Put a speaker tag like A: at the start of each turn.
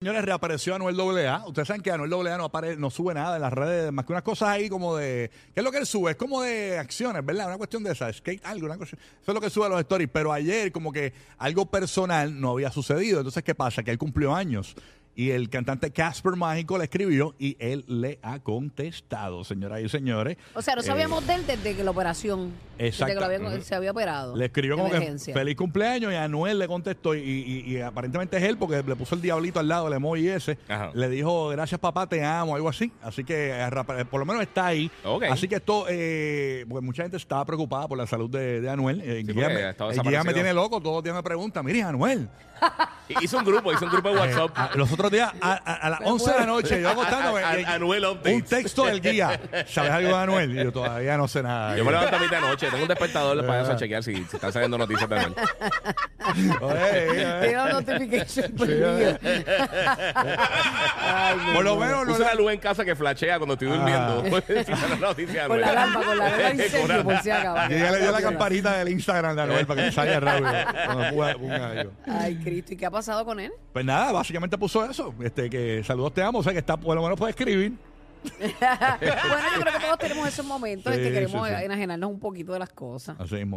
A: Señores, reapareció Anuel AA. Ustedes saben que Anuel AA no, apare- no sube nada en las redes, más que unas cosas ahí como de. ¿Qué es lo que él sube? Es como de acciones, ¿verdad? Una cuestión de esas, skate, algo, una cosa. Eso es lo que sube a los stories. Pero ayer, como que algo personal no había sucedido. Entonces, ¿qué pasa? Que él cumplió años. Y el cantante Casper Mágico le escribió y él le ha contestado, señoras y señores.
B: O sea, no
A: Eh,
B: sabíamos de él desde que la operación. Desde que
A: Exacto.
B: lo habían- él se había operado.
A: Le escribió
B: de
A: como
B: emergencia.
A: que feliz cumpleaños y Anuel le contestó y, y- y aparentemente es él porque le puso el diablito al lado, el emoji ese.
C: Ajá.
A: Le dijo gracias papá, te amo, algo así. Así que eh, rapa- eh, por lo menos está ahí.
C: Ok.
A: Así que esto, eh, porque mucha gente estaba preocupada por la salud de, de Anuel. Eh,
C: Sí,
A: Guía
C: porque
A: me-
C: ha estado
A: eh, Guía me
C: desaparecido.
A: tiene loco, todos los días me pregunta, mire Anuel,
C: Hizo un grupo, hizo un grupo de WhatsApp.
A: Ah, los otros días, a, a- a las 11 de la noche, yo acostándome.
C: A- a-
A: eh,
C: Anuel updates.
A: Un texto del guía. ¿Sabes algo de Anuel? Y yo todavía no sé nada.
C: Yo me levanto a mitad de noche, tengo un despertador para eso a chequear si, si están saliendo noticias de Anuel.
A: Oye, oye, oye.
B: Tiene la notification
A: eh.
B: prendida. Ay, mi
A: Por lo
B: amor.
A: menos no
C: Usa
A: le-
C: la luz en casa que flashea cuando estoy durmiendo. si salen noticias de
B: Con Ah. la
C: Anuel.
B: lámpara, con la lámpara
C: Con
B: incendio,
C: una-
B: por si acaso.
A: Yo ya le dio la campanita del Instagram de Anuel para que me salga rápido. Cuando ponga- ponga yo.
B: Ay, Cristo, ¿y qué ha pasado con él?
A: Pues nada, básicamente puso eso. Este, que saludos te amo, o sea que está, por lo menos puede escribir.
B: Bueno, yo creo que todos tenemos esos momentos en
A: Sí,
B: que queremos
A: sí, sí.
B: enajenarnos un poquito de las cosas.
A: Así mismo es.